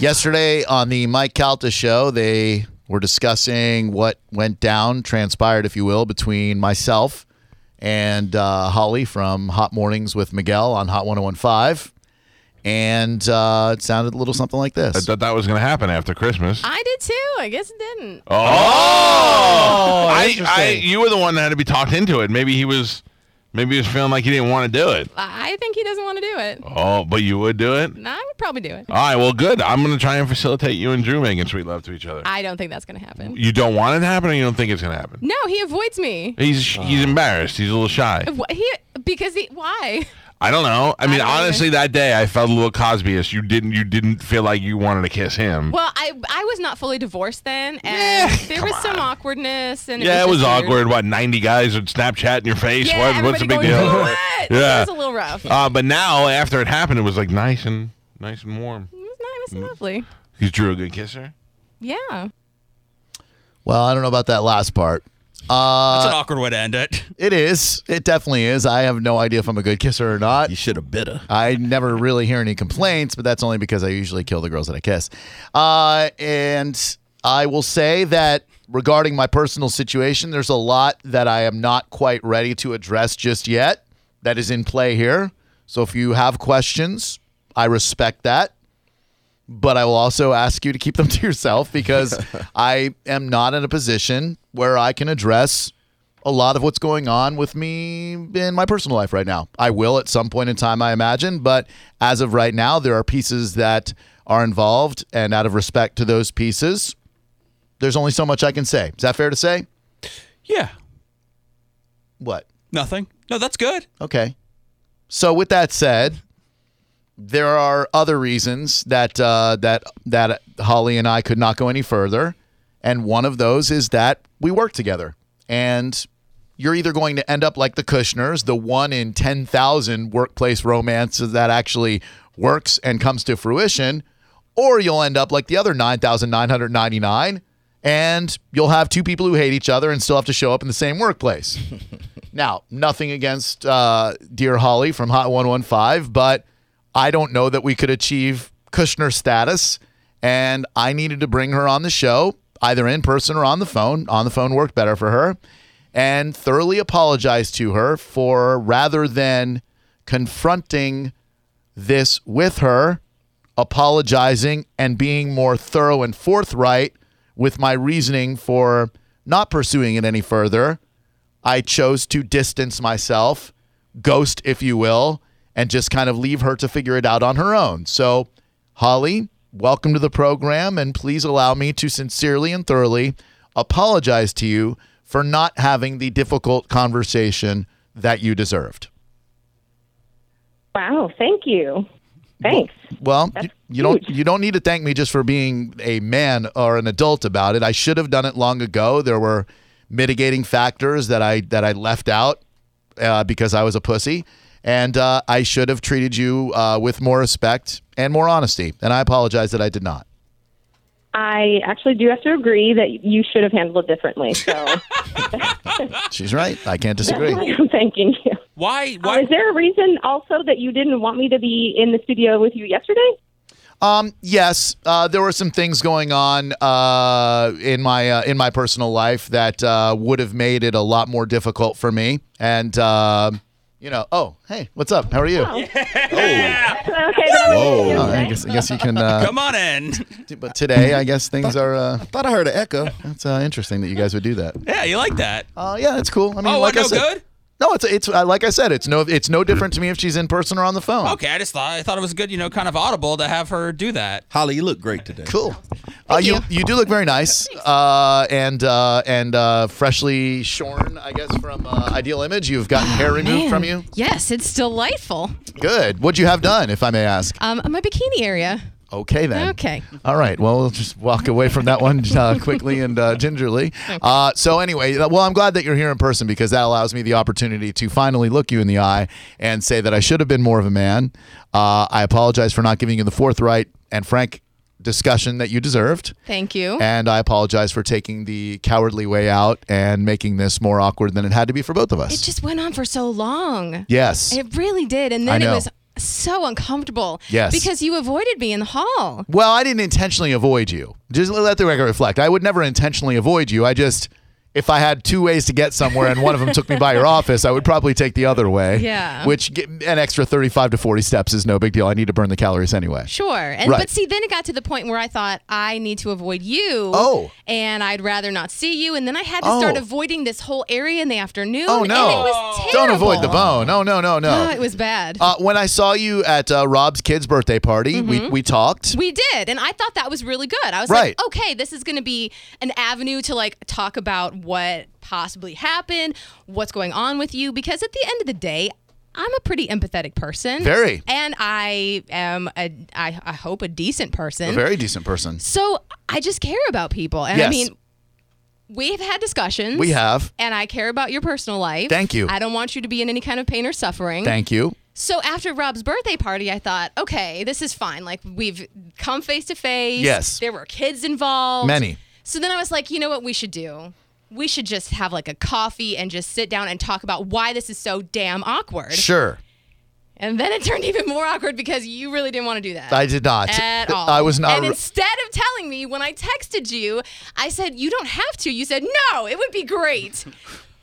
Yesterday on the Mike Calta show, they were discussing what went down, transpired, if you will, between myself and uh, Holly from Hot Mornings with Miguel on Hot 1015. And uh, it sounded a little something like I this. thought that was going to happen after Christmas. I did too. I guess it didn't. oh, I, I, interesting. you were the one that had to be talked into it. Maybe he was, maybe he was feeling like he didn't want to do it. I I think he doesn't want to do it. Oh, but you would do it. No, I would probably do it. All right, well, good. I'm going to try and facilitate you and Drew making sweet love to each other. I don't think that's going to happen. you don't want it to happen, or you don't think it's going to happen. No, he avoids me. He's Oh. he's embarrassed. He's a little shy. Wh- He because he why? I don't know. I mean, don't either. honestly, that day I felt a little Cosby-ish. You didn't. You didn't feel like you wanted to kiss him. Well, I I was not fully divorced then, and Yeah, there come was some on. awkwardness and yeah, it was, just weird. awkward. What, 90 guys would Snapchat in your face? Yeah, what, what's everybody the big going, deal? What? Yeah. It was a little rough. It uh, but now, after it happened, it was like nice and nice and warm. was nice, it mm. was lovely. Is Drew a good kisser? Yeah. Well, I don't know about that last part. Uh, That's an awkward way to end it. It is. It definitely is. I have no idea if I'm a good kisser or not. You should have bit her. I never really hear any complaints, but that's only because I usually kill the girls that I kiss. Uh, and I will say that regarding my personal situation, there's a lot that I am not quite ready to address just yet that is in play here. So if you have questions, I respect that. But I will also ask you to keep them to yourself because I am not in a position where I can address a lot of what's going on with me in my personal life right now. I will at some point in time, I imagine, but as of right now, there are pieces that are involved, and out of respect to those pieces, there's only so much I can say. Is that fair to say? Yeah. What? Nothing. No, that's good. Okay. So with that said, there are other reasons that uh, that that Holly and I could not go any further, and one of those is that we work together, and you're either going to end up like the Kushners, the one in ten thousand workplace romances that actually works and comes to fruition, or you'll end up like the other nine thousand nine hundred ninety nine. And you'll have two people who hate each other and still have to show up in the same workplace. Now, nothing against uh, Dear Holly from Hot 115, but I don't know that we could achieve Kushner status. And I needed to bring her on the show, either in person or on the phone. On the phone worked better for her. And thoroughly apologize to her for rather than confronting this with her, apologizing and being more thorough and forthright with my reasoning for not pursuing it any further. I chose to distance myself, ghost, if you will, and just kind of leave her to figure it out on her own. So, Holly, welcome to the program, and please allow me to sincerely and thoroughly apologize to you for not having the difficult conversation that you deserved. Wow, thank you. Thanks. Well, you, you don't huge. you don't need to thank me just for being a man or an adult about it. I should have done it long ago. There were mitigating factors that I that I left out uh, because I was a pussy, and uh, I should have treated you uh, with more respect and more honesty. And I apologize that I did not. I actually do have to agree that you should have handled it differently. So She's right. I can't disagree. I'm thanking you. Why? Oh, Uh, Why? is there a reason also that you didn't want me to be in the studio with you yesterday? Um, yes, uh, there were some things going on uh, in my uh, in my personal life that uh, would have made it a lot more difficult for me. And uh, you know, oh, hey, what's up? How are you? Okay, then I'm gonna- Oh, I guess I guess you can. Uh, Come on in. t- but today, I guess things are. Uh, Thought I heard an echo. that's uh, interesting that you guys would do that. Yeah, you like that. Uh, yeah, that's cool. I mean, Oh, like like I no said, good? no, it's it's uh, like I said, it's no it's no different to me if she's in person or on the phone. Okay, I just thought I thought it was good, you know, kind of audible to have her do that. Holly, you look great today. Cool. Uh, you, you do look very nice, uh, and uh, and uh, freshly shorn, I guess, from uh, Ideal Image. You've gotten hair removed from you. Yes, it's delightful. Good. What'd you have done, if I may ask? Um, my bikini area. Okay then. Okay. All right. Well, we'll just walk away from that one uh, quickly and uh, gingerly. Uh, so anyway, uh, well, I'm glad that you're here in person because that allows me the opportunity to finally look you in the eye and say that I should have been more of a man. Uh, I apologize for not giving you the forthright and frank discussion that you deserved. Thank you. And I apologize for taking the cowardly way out and making this more awkward than it had to be for both of us. it just went on for so long. yes. It really did. And I then it know. was so uncomfortable. Yes. Because you avoided me in the hall. Well, I didn't intentionally avoid you. Just let the record reflect. I would never intentionally avoid you. I just, if I had two ways to get somewhere and one of them took me by your office, I would probably take the other way. Yeah. Which get- an extra 35 to 40 steps is no big deal. I need to burn the calories anyway. Sure. And Right. but see then it got to the point where I thought I need to avoid you. Oh. And I'd rather not see you. And then I had to Oh. start avoiding this whole area in the afternoon. Oh, no. And it was Don't terrible. avoid the bone. No, no, no, no. Oh, it was bad. uh, when I saw you at uh, Rob's kid's birthday party, we, we talked. Mm-hmm. we did, and I thought that was really good. I was Right. like, okay, this is going to be an avenue to like talk about what possibly happened, what's going on with you, because at the end of the day, I'm a pretty empathetic person. Very. And I am a, I, I hope a decent person. a very decent person. so I just care about people, and I Yes. mean, we've had discussions. We have. And I care about your personal life. Thank you. I don't want you to be in any kind of pain or suffering. Thank you. So after Rob's birthday party, I thought, okay, this is fine. Like we've come face to face. Yes. There were kids involved. Many. So then I was like, you know what we should do? We should just have like a coffee and just sit down and talk about why this is so damn awkward. Sure. And then it turned even more awkward because you really didn't want to do that. I did not. At all. I was not. And instead of telling me when I texted you, I said, you don't have to. You said, no, it would be great.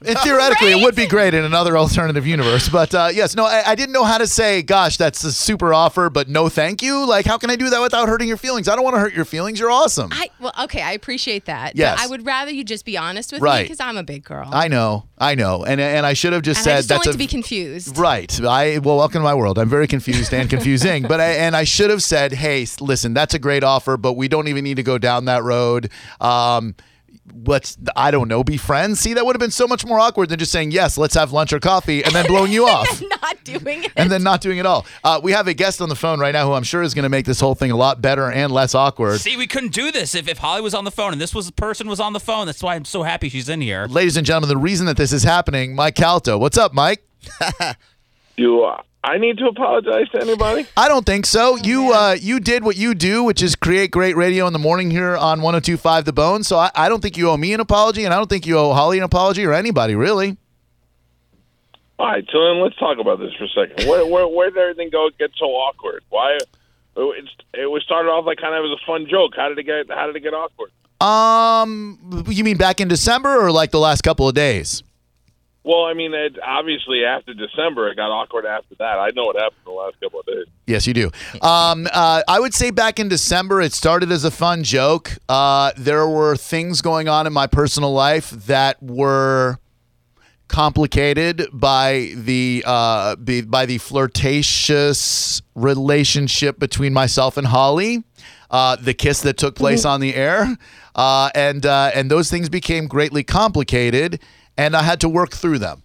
And theoretically, it would be great in another alternative universe. But uh, yes, no, I, I didn't know how to say, gosh, that's a super offer, but no thank you. Like, how can I do that without hurting your feelings? I don't want to hurt your feelings. You're awesome. I, I, well, okay, I appreciate that. but Yes. I would rather you just be honest with me Right. because I'm a big girl. know, I know. And, and I should have just And said I just don't that's like a. to be confused. Right. I well, welcome to my world. I'm very confused and confusing. but I, and I should have said, hey, s- listen, that's a great offer, but we don't even need to go down that road. Um, let's I don't know, be friends. See, that would have been so much more awkward than just saying yes. Let's have lunch or coffee, and then blowing you off. Not doing it. and then not doing it all. Uh, we have a guest on the phone right now who I'm sure is going to make this whole thing a lot better and less awkward. See, we couldn't do this if, if Holly was on the phone and this was the person was on the phone. That's why I'm so happy she's in here. Ladies and gentlemen, the reason that this is happening, Mike Calto. What's up, Mike? Do uh, I need to apologize to anybody? I don't think so. you uh, you did what you do, which is create great radio in the morning here on 102.5 The Bone. So I, I don't think you owe me an apology, and I don't think you owe Holly an apology or anybody really. All right, so then let's talk about this for a second. Where where where did everything go get so awkward? Why? It's, it was started off like kind of as a fun joke. How did it get? How did it get awkward? Um, you mean back in December or like the last couple of days? Well, I mean, it, obviously after December, it got awkward. After that, I know what happened the last couple of days. Yes, you do. Um, uh, I would say back in December, it started as a fun joke. Uh, there were things going on in my personal life that were complicated by the uh, be, by the flirtatious relationship between myself and Holly, uh, the kiss that took place on the air, uh, and uh, and those things became greatly complicated, and I had to work through them.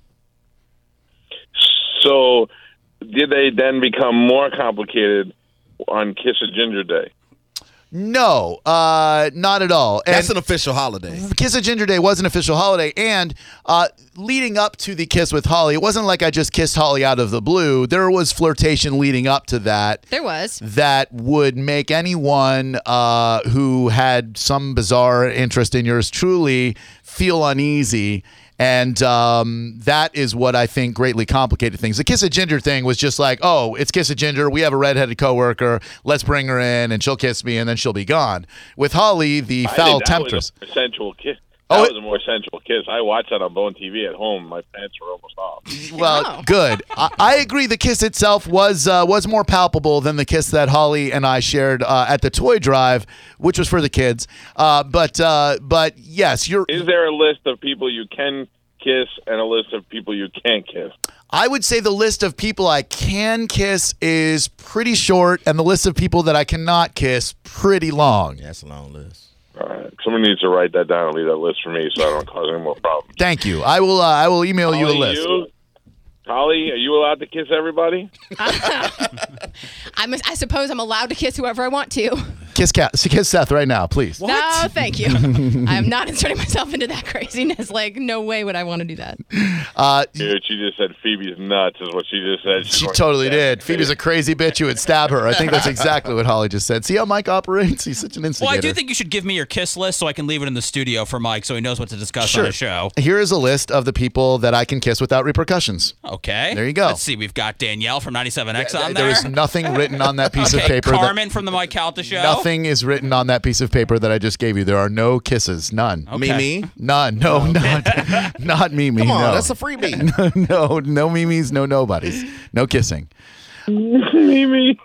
So, did they then become more complicated on Kiss a Ginger Day? No, uh, not at all. That's And- an official holiday. Kiss of Ginger Day was an official holiday, and uh, leading up to the kiss with Holly, it wasn't like I just kissed Holly out of the blue. There was flirtation leading up to that there was. that would make anyone uh, who had some bizarre interest in yours truly feel uneasy. And um, that is what I think greatly complicated things. The kiss of ginger thing was just like, oh, it's kiss of ginger. We have a redheaded coworker. Let's bring her in, and she'll kiss me, and then she'll be gone. With Holly, the I foul think that temptress. was a more sensual kiss. That Oh, it- was a more sensual kiss. I watched that on Bone TV at home. My pants were almost off. Well, Oh. Uh, good. I, I agree. The kiss itself was uh, was more palpable than the kiss that Holly and I shared uh, at the toy drive, which was for the kids. Uh, but uh, but yes, you're. Is there a list of people you can kiss and a list of people you can't kiss? I would say the list of people I can kiss is pretty short, and the list of people that I cannot kiss pretty long. That's a long list. All right. Someone needs to write that down and leave that list for me so I don't cause any more problems. Thank you. I will. Uh, I will email you a Only list. you? Holly, are you allowed to kiss everybody? I'm, I suppose I'm allowed to kiss whoever I want to. Kiss, Cat, kiss Seth right now, please. No, thank you. I'm not inserting myself into that craziness. Like, no way would I want to do that. Uh, Dude, she just said Phoebe's nuts is what she just said. She's She going- totally did. Phoebe's a crazy bitch. You would stab her. I think that's exactly what Holly just said. See how Mike operates? He's such an instigator. Well, I do think you should give me your kiss list so I can leave it in the studio for Mike so he knows what to discuss on the show. Here is a list of the people that I can kiss without repercussions. Okay. There you go. Let's see. We've got Danielle from 97X on there. there is nothing written on that piece okay, of paper. that- Carmen from the Mike Calta show. nothing is written on that piece of paper that I just gave you. There are no kisses. None. Okay. Mimi. None. No, not not Mimi. Come on, no. that's a freebie. no, no Mimi's, no nobodies, no kissing. Mimi.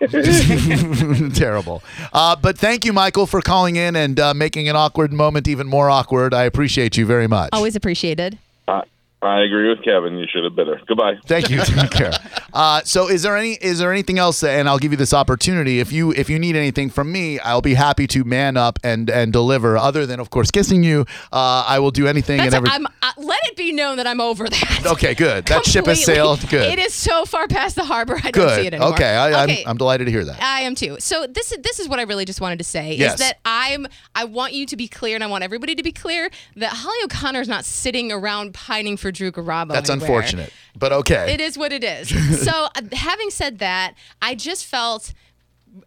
Terrible. Uh, but thank you, Michael, for calling in and uh, making an awkward moment even more awkward. I appreciate you very much. Always appreciated. I, I agree with Kevin. You should have been her. Goodbye. Thank you. Take care. Uh, so, is there any is there anything else? And I'll give you this opportunity. If you if you need anything from me, I'll be happy to man up and and deliver. Other than, of course, kissing you, uh, I will do anything That's and every. I'm, uh, let it be known that I'm over that. okay, good. That ship has Completely. sailed. Good. It is so far past the harbor. I don't see good. it anymore. Okay, I, Okay. I'm, I'm delighted to hear that. I am too. So this is this is what I really just wanted to say Yes. is that I'm I want you to be clear and I want everybody to be clear that Holly O'Connor is not sitting around pining for Drew Garabo. That's anywhere. unfortunate, but okay. It is what it is. so, uh, having said that, I just felt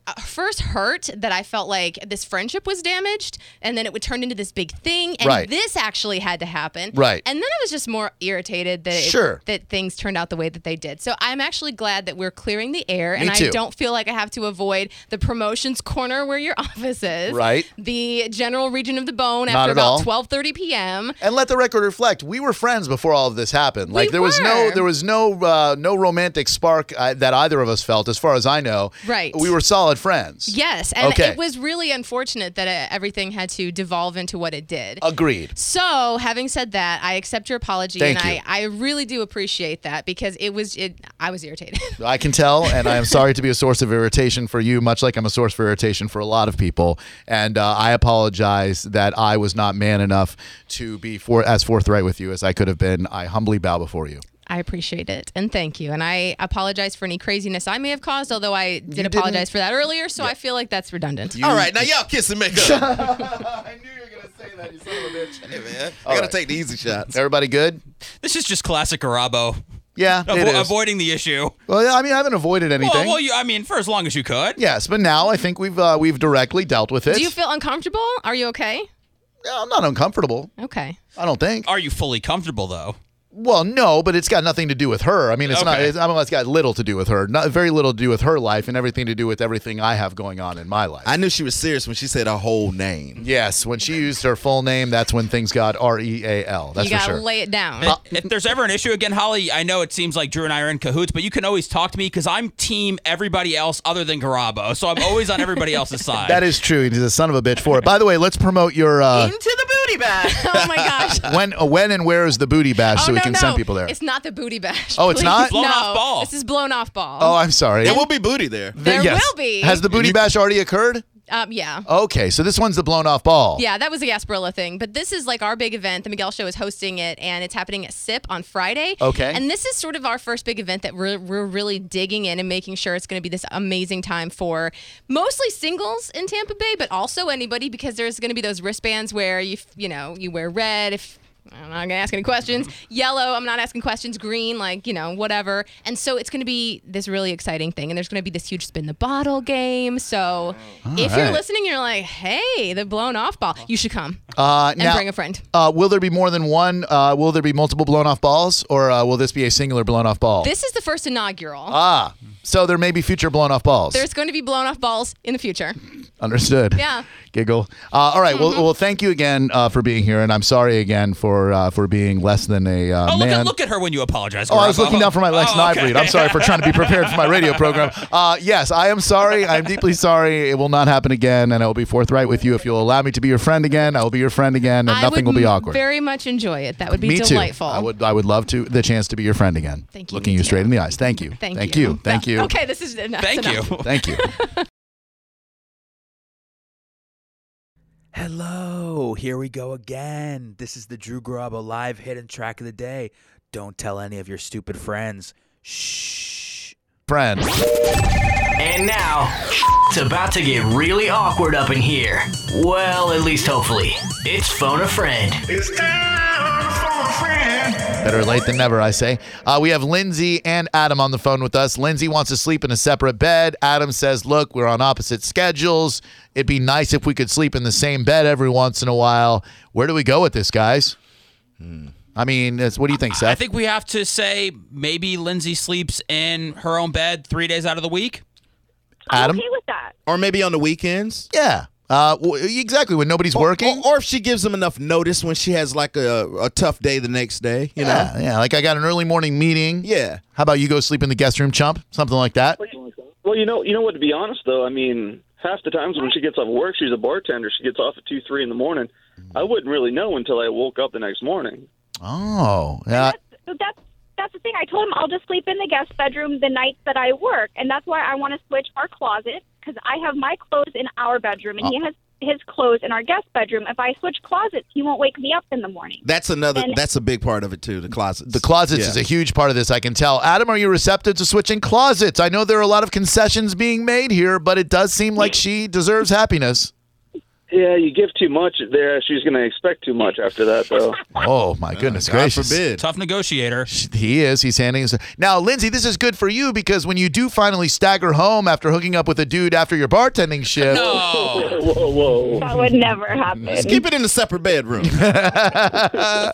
uh, first hurt that I felt like this friendship was damaged, and then it would turn into this big thing, and Right. this actually had to happen, Right. And then I was just more irritated that it- Sure. that things turned out the way that they did. So I'm actually glad that we're clearing the air, and too. I don't feel like I have to avoid the promotions corner where your office is, Right. The general region of the bone Not after at all. about 12:30 p.m. And let the record reflect, we were friends before all of this happened. Like there was no were. there was no uh, no romantic spark uh, that either of us felt as far as I know. Right. We were solid friends. Yes, and Okay. it was really unfortunate that uh everything had to devolve into what it did. Oh. Agreed. so, having said that, I accept your apology, Thank and you. I, I really do appreciate that because it was it I was irritated. I can tell, and I am sorry to be a source of irritation for you, much like I'm a source for irritation for a lot of people. And uh, I apologize that I was not man enough to be for- as forthright with you as I could have been. I humbly bow before you. I appreciate it, and thank you, and I apologize for any craziness I may have caused. Although I did apologize for that earlier, so I feel like that's redundant. Oh, All right, now y'all kiss and make up. I knew you were gonna say that, you son of a bitch. hey, man, I gotta right. take the easy shots. Everybody good? This is just classic Garabo. Yeah, it Avo- is. avoiding the issue. well, I mean, I haven't avoided anything. Well, well, you, I mean, for as long as you could. Yes, but now I think we've uh, we've directly dealt with it. Do you feel uncomfortable? Are you okay? Yeah, I'm not uncomfortable. Okay. I don't think. Are you fully comfortable though? Well, no, but it's got nothing to do with her. I mean, it's not. Okay. It's, I mean, it's got little to do with her. Not very little to do with her life, and everything to do with everything I have going on in my life. I knew she was serious when she said her whole name. yes, when she used her full name, that's when things got R E A L. That's you for gotta sure. Uh, lay it down. if there's ever an issue again, Holly, I know it seems like Drew and I are in cahoots, but you can always talk to me because I'm team everybody else other than Garabo, so I'm always on everybody else's side. that is true. He's a son of a bitch for it. By the way, let's promote your uh, Into the booty bag. oh my gosh. when uh, when and where is the booty bash oh so no, we can no. send people there. It's not the booty bash. Oh, it's please. not? Blown no, off ball. This is blown off ball. oh, I'm sorry. There will be booty there. There Yes. will be. Has the booty bash already occurred? um, yeah. Okay, so this one's the blown off ball. Yeah, that was a Gasparilla thing. But this is like our big event. The Miguel Show is hosting it, and it's happening at SIP on Friday. Okay. And this is sort of our first big event that we're, we're really digging in and making sure it's going to be this amazing time for mostly singles in Tampa Bay, but also anybody because there's going to be those wristbands where you, f- you know, you wear red if. I'm not gonna ask any questions. Mm-hmm. Yellow, I'm not asking questions. Green, like, you know, whatever. And so it's gonna be this really exciting thing. And there's gonna be this huge spin the bottle game. So if you're right. listening, you're like, hey, the blown off ball. You should come Uh, and now- bring a friend. Uh, will there be more than one? Uh, will there be multiple blown off balls, or uh, will this be a singular blown off ball? This is the first inaugural. ah, so there may be future blown off balls. There's going to be blown off balls in the future. Understood. Yeah. Mm-hmm. Giggle. Uh, all right, Well, well, thank you again uh, for being here, and I'm sorry again for uh, for being less than a uh, Oh, look man. at, look at her when you apologize. Oh, I was Garabo. looking down for my Lex Oh, okay. Nybreed. I'm sorry for trying to be prepared for my radio program. Uh, yes, I am sorry. I'm deeply sorry. It will not happen again, and I will be forthright with you. If you'll allow me to be your friend again, I will be your friend again, and I nothing will would be awkward. Very much enjoy it. That would be me delightful. too. I would. I would love to the chance to be your friend again. Thank you, Looking me you too. straight in the eyes. Thank you. Thank, Thank you. you. Thank you. Okay, this is enough. Thank enough. you. Thank you. Hello, here we go again. This is the Drew Garabo live hidden track of the day. Don't tell any of your stupid friends. friend. And now, it's about to get really awkward up in here. Well, at least hopefully. It's Phone a Friend. It's time to phone a friend. Better late than never, I say. Uh, we have Lindsay and Adam on the phone with us. Lindsay wants to sleep in a separate bed. Adam says, Look, we're on opposite schedules. It'd be nice if we could sleep in the same bed every once in a while. Where do we go with this, guys? I mean, it's, what do you think, Seth? I think we have to say maybe Lindsay sleeps in her own bed three days out of the week. Adam? with that. Or maybe on the weekends. Yeah. Uh, exactly. When nobody's working. oh, Or, if she gives them enough notice when she has like a, a tough day the next day, you yeah, know? yeah. Like I got an early morning meeting. Yeah. How about you go sleep in the guest room, chump? Something like that. Well, you know, you know what? To be honest, though, I mean, half the times when she gets off work, she's a bartender. She gets off at two, three in the morning. I wouldn't really know until I woke up the next morning. Oh, yeah. So that's that's the thing. I told him I'll just sleep in the guest bedroom the nights that I work, and that's why I want to switch our closet because I have my clothes in our bedroom and he has his clothes in our guest bedroom. If I switch closets, he won't wake me up in the morning. That's another, And- that's a big part of it too, the closets. The Closets is a huge part of this, I can tell. Adam, are you receptive to switching closets? I know there are a lot of concessions being made here, but it does seem like she deserves happiness. Yeah, you give too much there. She's going to expect too much after that, though. Oh Uh, my goodness God gracious! forbid. Tough negotiator. He is. He's handing us now, Lindsay. This is good for you because when you do finally stagger home after hooking up with a dude after your bartending shift, No. whoa, whoa. That would never happen. Just keep it in a separate bedroom. Uh,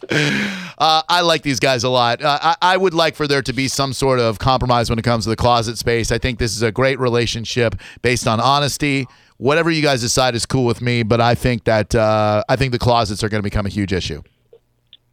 I like these guys a lot. Uh, I, I would like for there to be some sort of compromise when it comes to the closet space. I think this is a great relationship based on honesty. Whatever you guys decide is cool with me, but I think that uh, I think the closets are going to become a huge issue.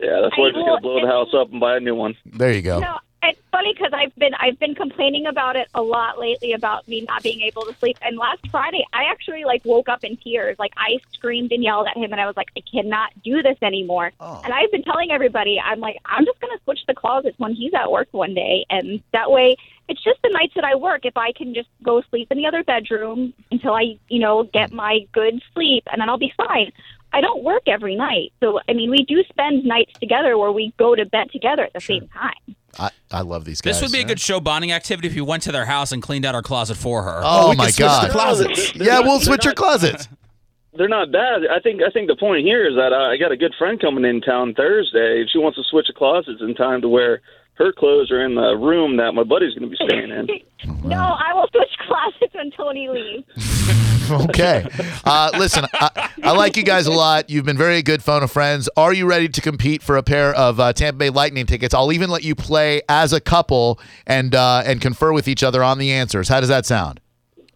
Yeah, that's why she's going to blow the house up and buy a new one. There you go. No, it's funny because I've been I've been complaining about it a lot lately about me not being able to sleep. And last Friday, I actually like woke up in tears. Like I screamed and yelled at him, and I was like, I cannot do this anymore. And I've been telling everybody, I'm like, I'm just gonna switch the closets when he's at work one day, and that way. It's just the nights that I work. If I can just go sleep in the other bedroom until I, you know, get my good sleep, and then I'll be fine. I don't work every night, so I mean, we do spend nights together where we go to bed together at the same time. I, I love these guys. This would be a good show bonding activity if you went to their house and cleaned out her closet for her. Oh, my God! closets. Yeah, we'll switch your closets. They're not bad. I think I think the point here is that uh, I got a good friend coming in town Thursday, and she wants to switch the closets in time to where her clothes are in the room that my buddy's going to be staying in. No, I will switch closets when Tony leaves. okay. Uh, listen, I, I like you guys a lot. You've been very good phone of friends. Are you ready to compete for a pair of uh, Tampa Bay Lightning tickets? I'll even let you play as a couple and uh, and confer with each other on the answers. How does that sound?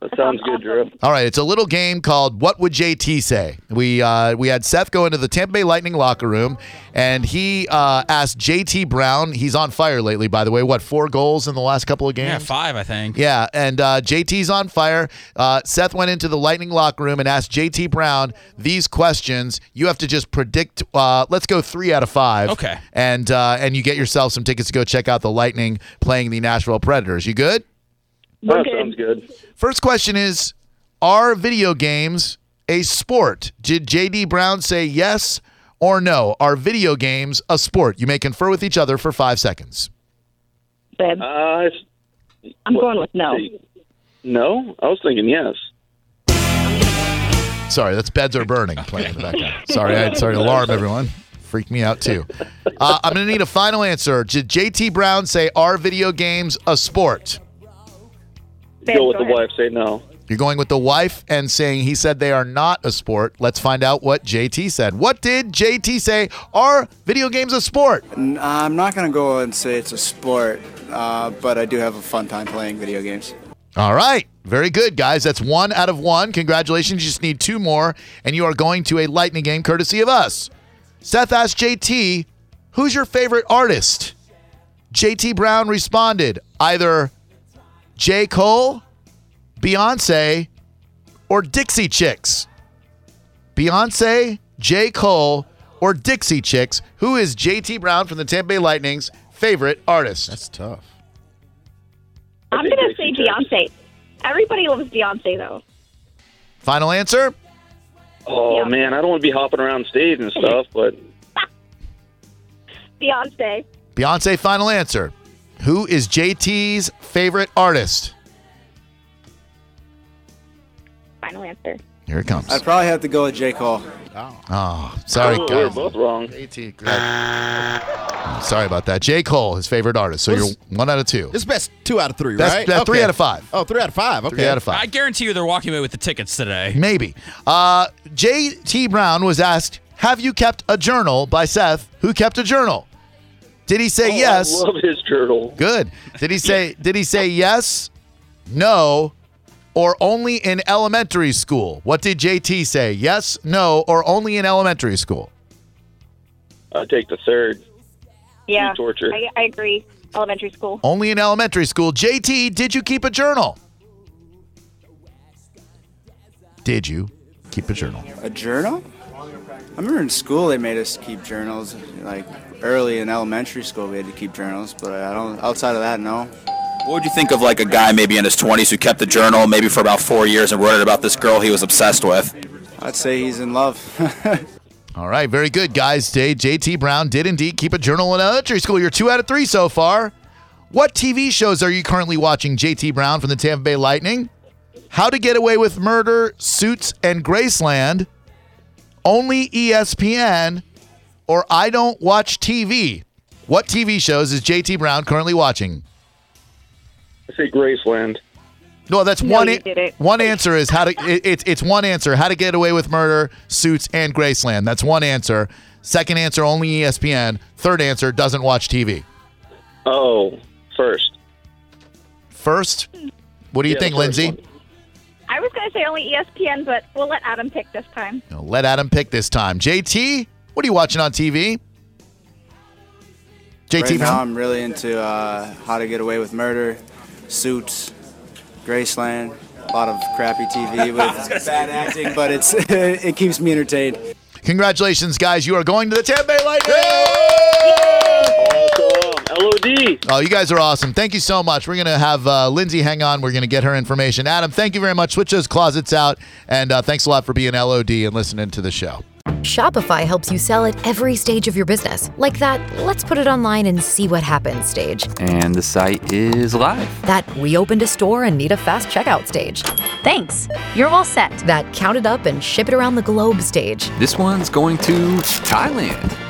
That sounds good, Drew. All right, it's a little game called "What Would JT Say." We uh, we had Seth go into the Tampa Bay Lightning locker room, and he uh, asked JT Brown. He's on fire lately, by the way. What four goals in the last couple of games? Yeah, five, I think. Yeah, and uh, JT's on fire. Uh, Seth went into the Lightning locker room and asked JT Brown these questions. You have to just predict. Uh, let's go three out of five. Okay. And uh, and you get yourself some tickets to go check out the Lightning playing the Nashville Predators. You good? That sounds good. First question is: Are video games a sport? Did JD Brown say yes or no? Are video games a sport? You may confer with each other for five seconds. Babe. Uh, I'm going with no. No, I was thinking yes. Sorry, that's Beds Are Burning playing in the background. Sorry, I, sorry, alarm, everyone. Freaked me out too. Uh, I'm going to need a final answer. Did JT Brown say, Are video games a sport? go with the wife. Say no. You're going with the wife and saying he said they are not a sport. Let's find out what JT said. What did JT say? Are video games a sport? N- I'm not going to go and say it's a sport, uh, but I do have a fun time playing video games. All right. Very good, guys. That's one out of one. Congratulations. You just need two more, and you are going to a lightning game courtesy of us. Seth asked JT, Who's your favorite artist? JT Brown responded, Either J. Cole, Beyonce, or Dixie Chicks. Beyonce, J. Cole, or Dixie Chicks. Who is JT Brown from the Tampa Bay Lightning's favorite artist? That's tough. I'm gonna say Beyonce. Everybody loves Beyonce though. Final answer? Oh man, I don't want to be hopping around stage and stuff, but Beyonce. Beyonce, final answer. Who is JT's favorite artist? Final answer. Here it comes. I'd probably have to go with J. Cole. Oh, sorry, Oh, we guys. were both wrong. JT, Sorry about that. J. Cole, his favorite artist. So you're one out of two. It's best two out of three, That's- right? that's three out of five. Oh, three out of five. Okay. Three out of five. I guarantee you they're walking away with the tickets today. Maybe. Uh, J.T. Brown was asked, Have you kept a journal by Seth? Who kept a journal? Did he say yes? I love his turtle. Good. Did he say did he say yes, no, or only in elementary school? What did JT say? Yes, no, or only in elementary school? I take the third. Yeah. You torture. I, I agree. Elementary school. Only in elementary school. JT, did you keep a journal? Did you keep a journal? A journal? I remember in school they made us keep journals. Like early in elementary school, we had to keep journals, but I don't. Outside of that, no. What would you think of like a guy maybe in his 20s who kept a journal maybe for about four years and wrote it about this girl he was obsessed with? I'd say he's in love. All right, very good, guys. J- JT Brown did indeed keep a journal in elementary school. You're two out of three so far. What TV shows are you currently watching, JT Brown from the Tampa Bay Lightning? How to Get Away with Murder, Suits, and Graceland, Only E ESPN, or I Don't Watch TV? What TV shows is JT Brown currently watching? I say Graceland. No, that's No, one. you an- didn't. One answer is how to. It, it's it's one answer. How to get away with murder, suits, and Graceland. That's one answer. Second answer only E ESPN. Third answer doesn't watch TV. Oh, first. First, what do you Yeah, think, the first Lindsay? I was going to say only E ESPN, but we'll let Adam pick this time. Now, Let Adam pick this time. JT, what are you watching on TV? JT right now, Brown. I'm really into uh, How to Get Away with Murder, Suits, Graceland. A lot of crappy TV with bad acting, but it's it keeps me entertained. Congratulations, guys! You are going to the Tampa Bay Lightning. LOD. Oh, you guys are awesome. Thank you so much. We're going to have uh, Lindsay hang on. We're going to get her information. Adam, thank you very much. Switch those closets out. And uh, thanks a lot for being LOD and listening to the show. Shopify helps you sell at every stage of your business. Like that, let's put it online and see what happens stage. And the site is live. That we opened a store and need a fast checkout stage. Thanks. You're all set. That count it up and ship it around the globe stage. This one's going to Thailand.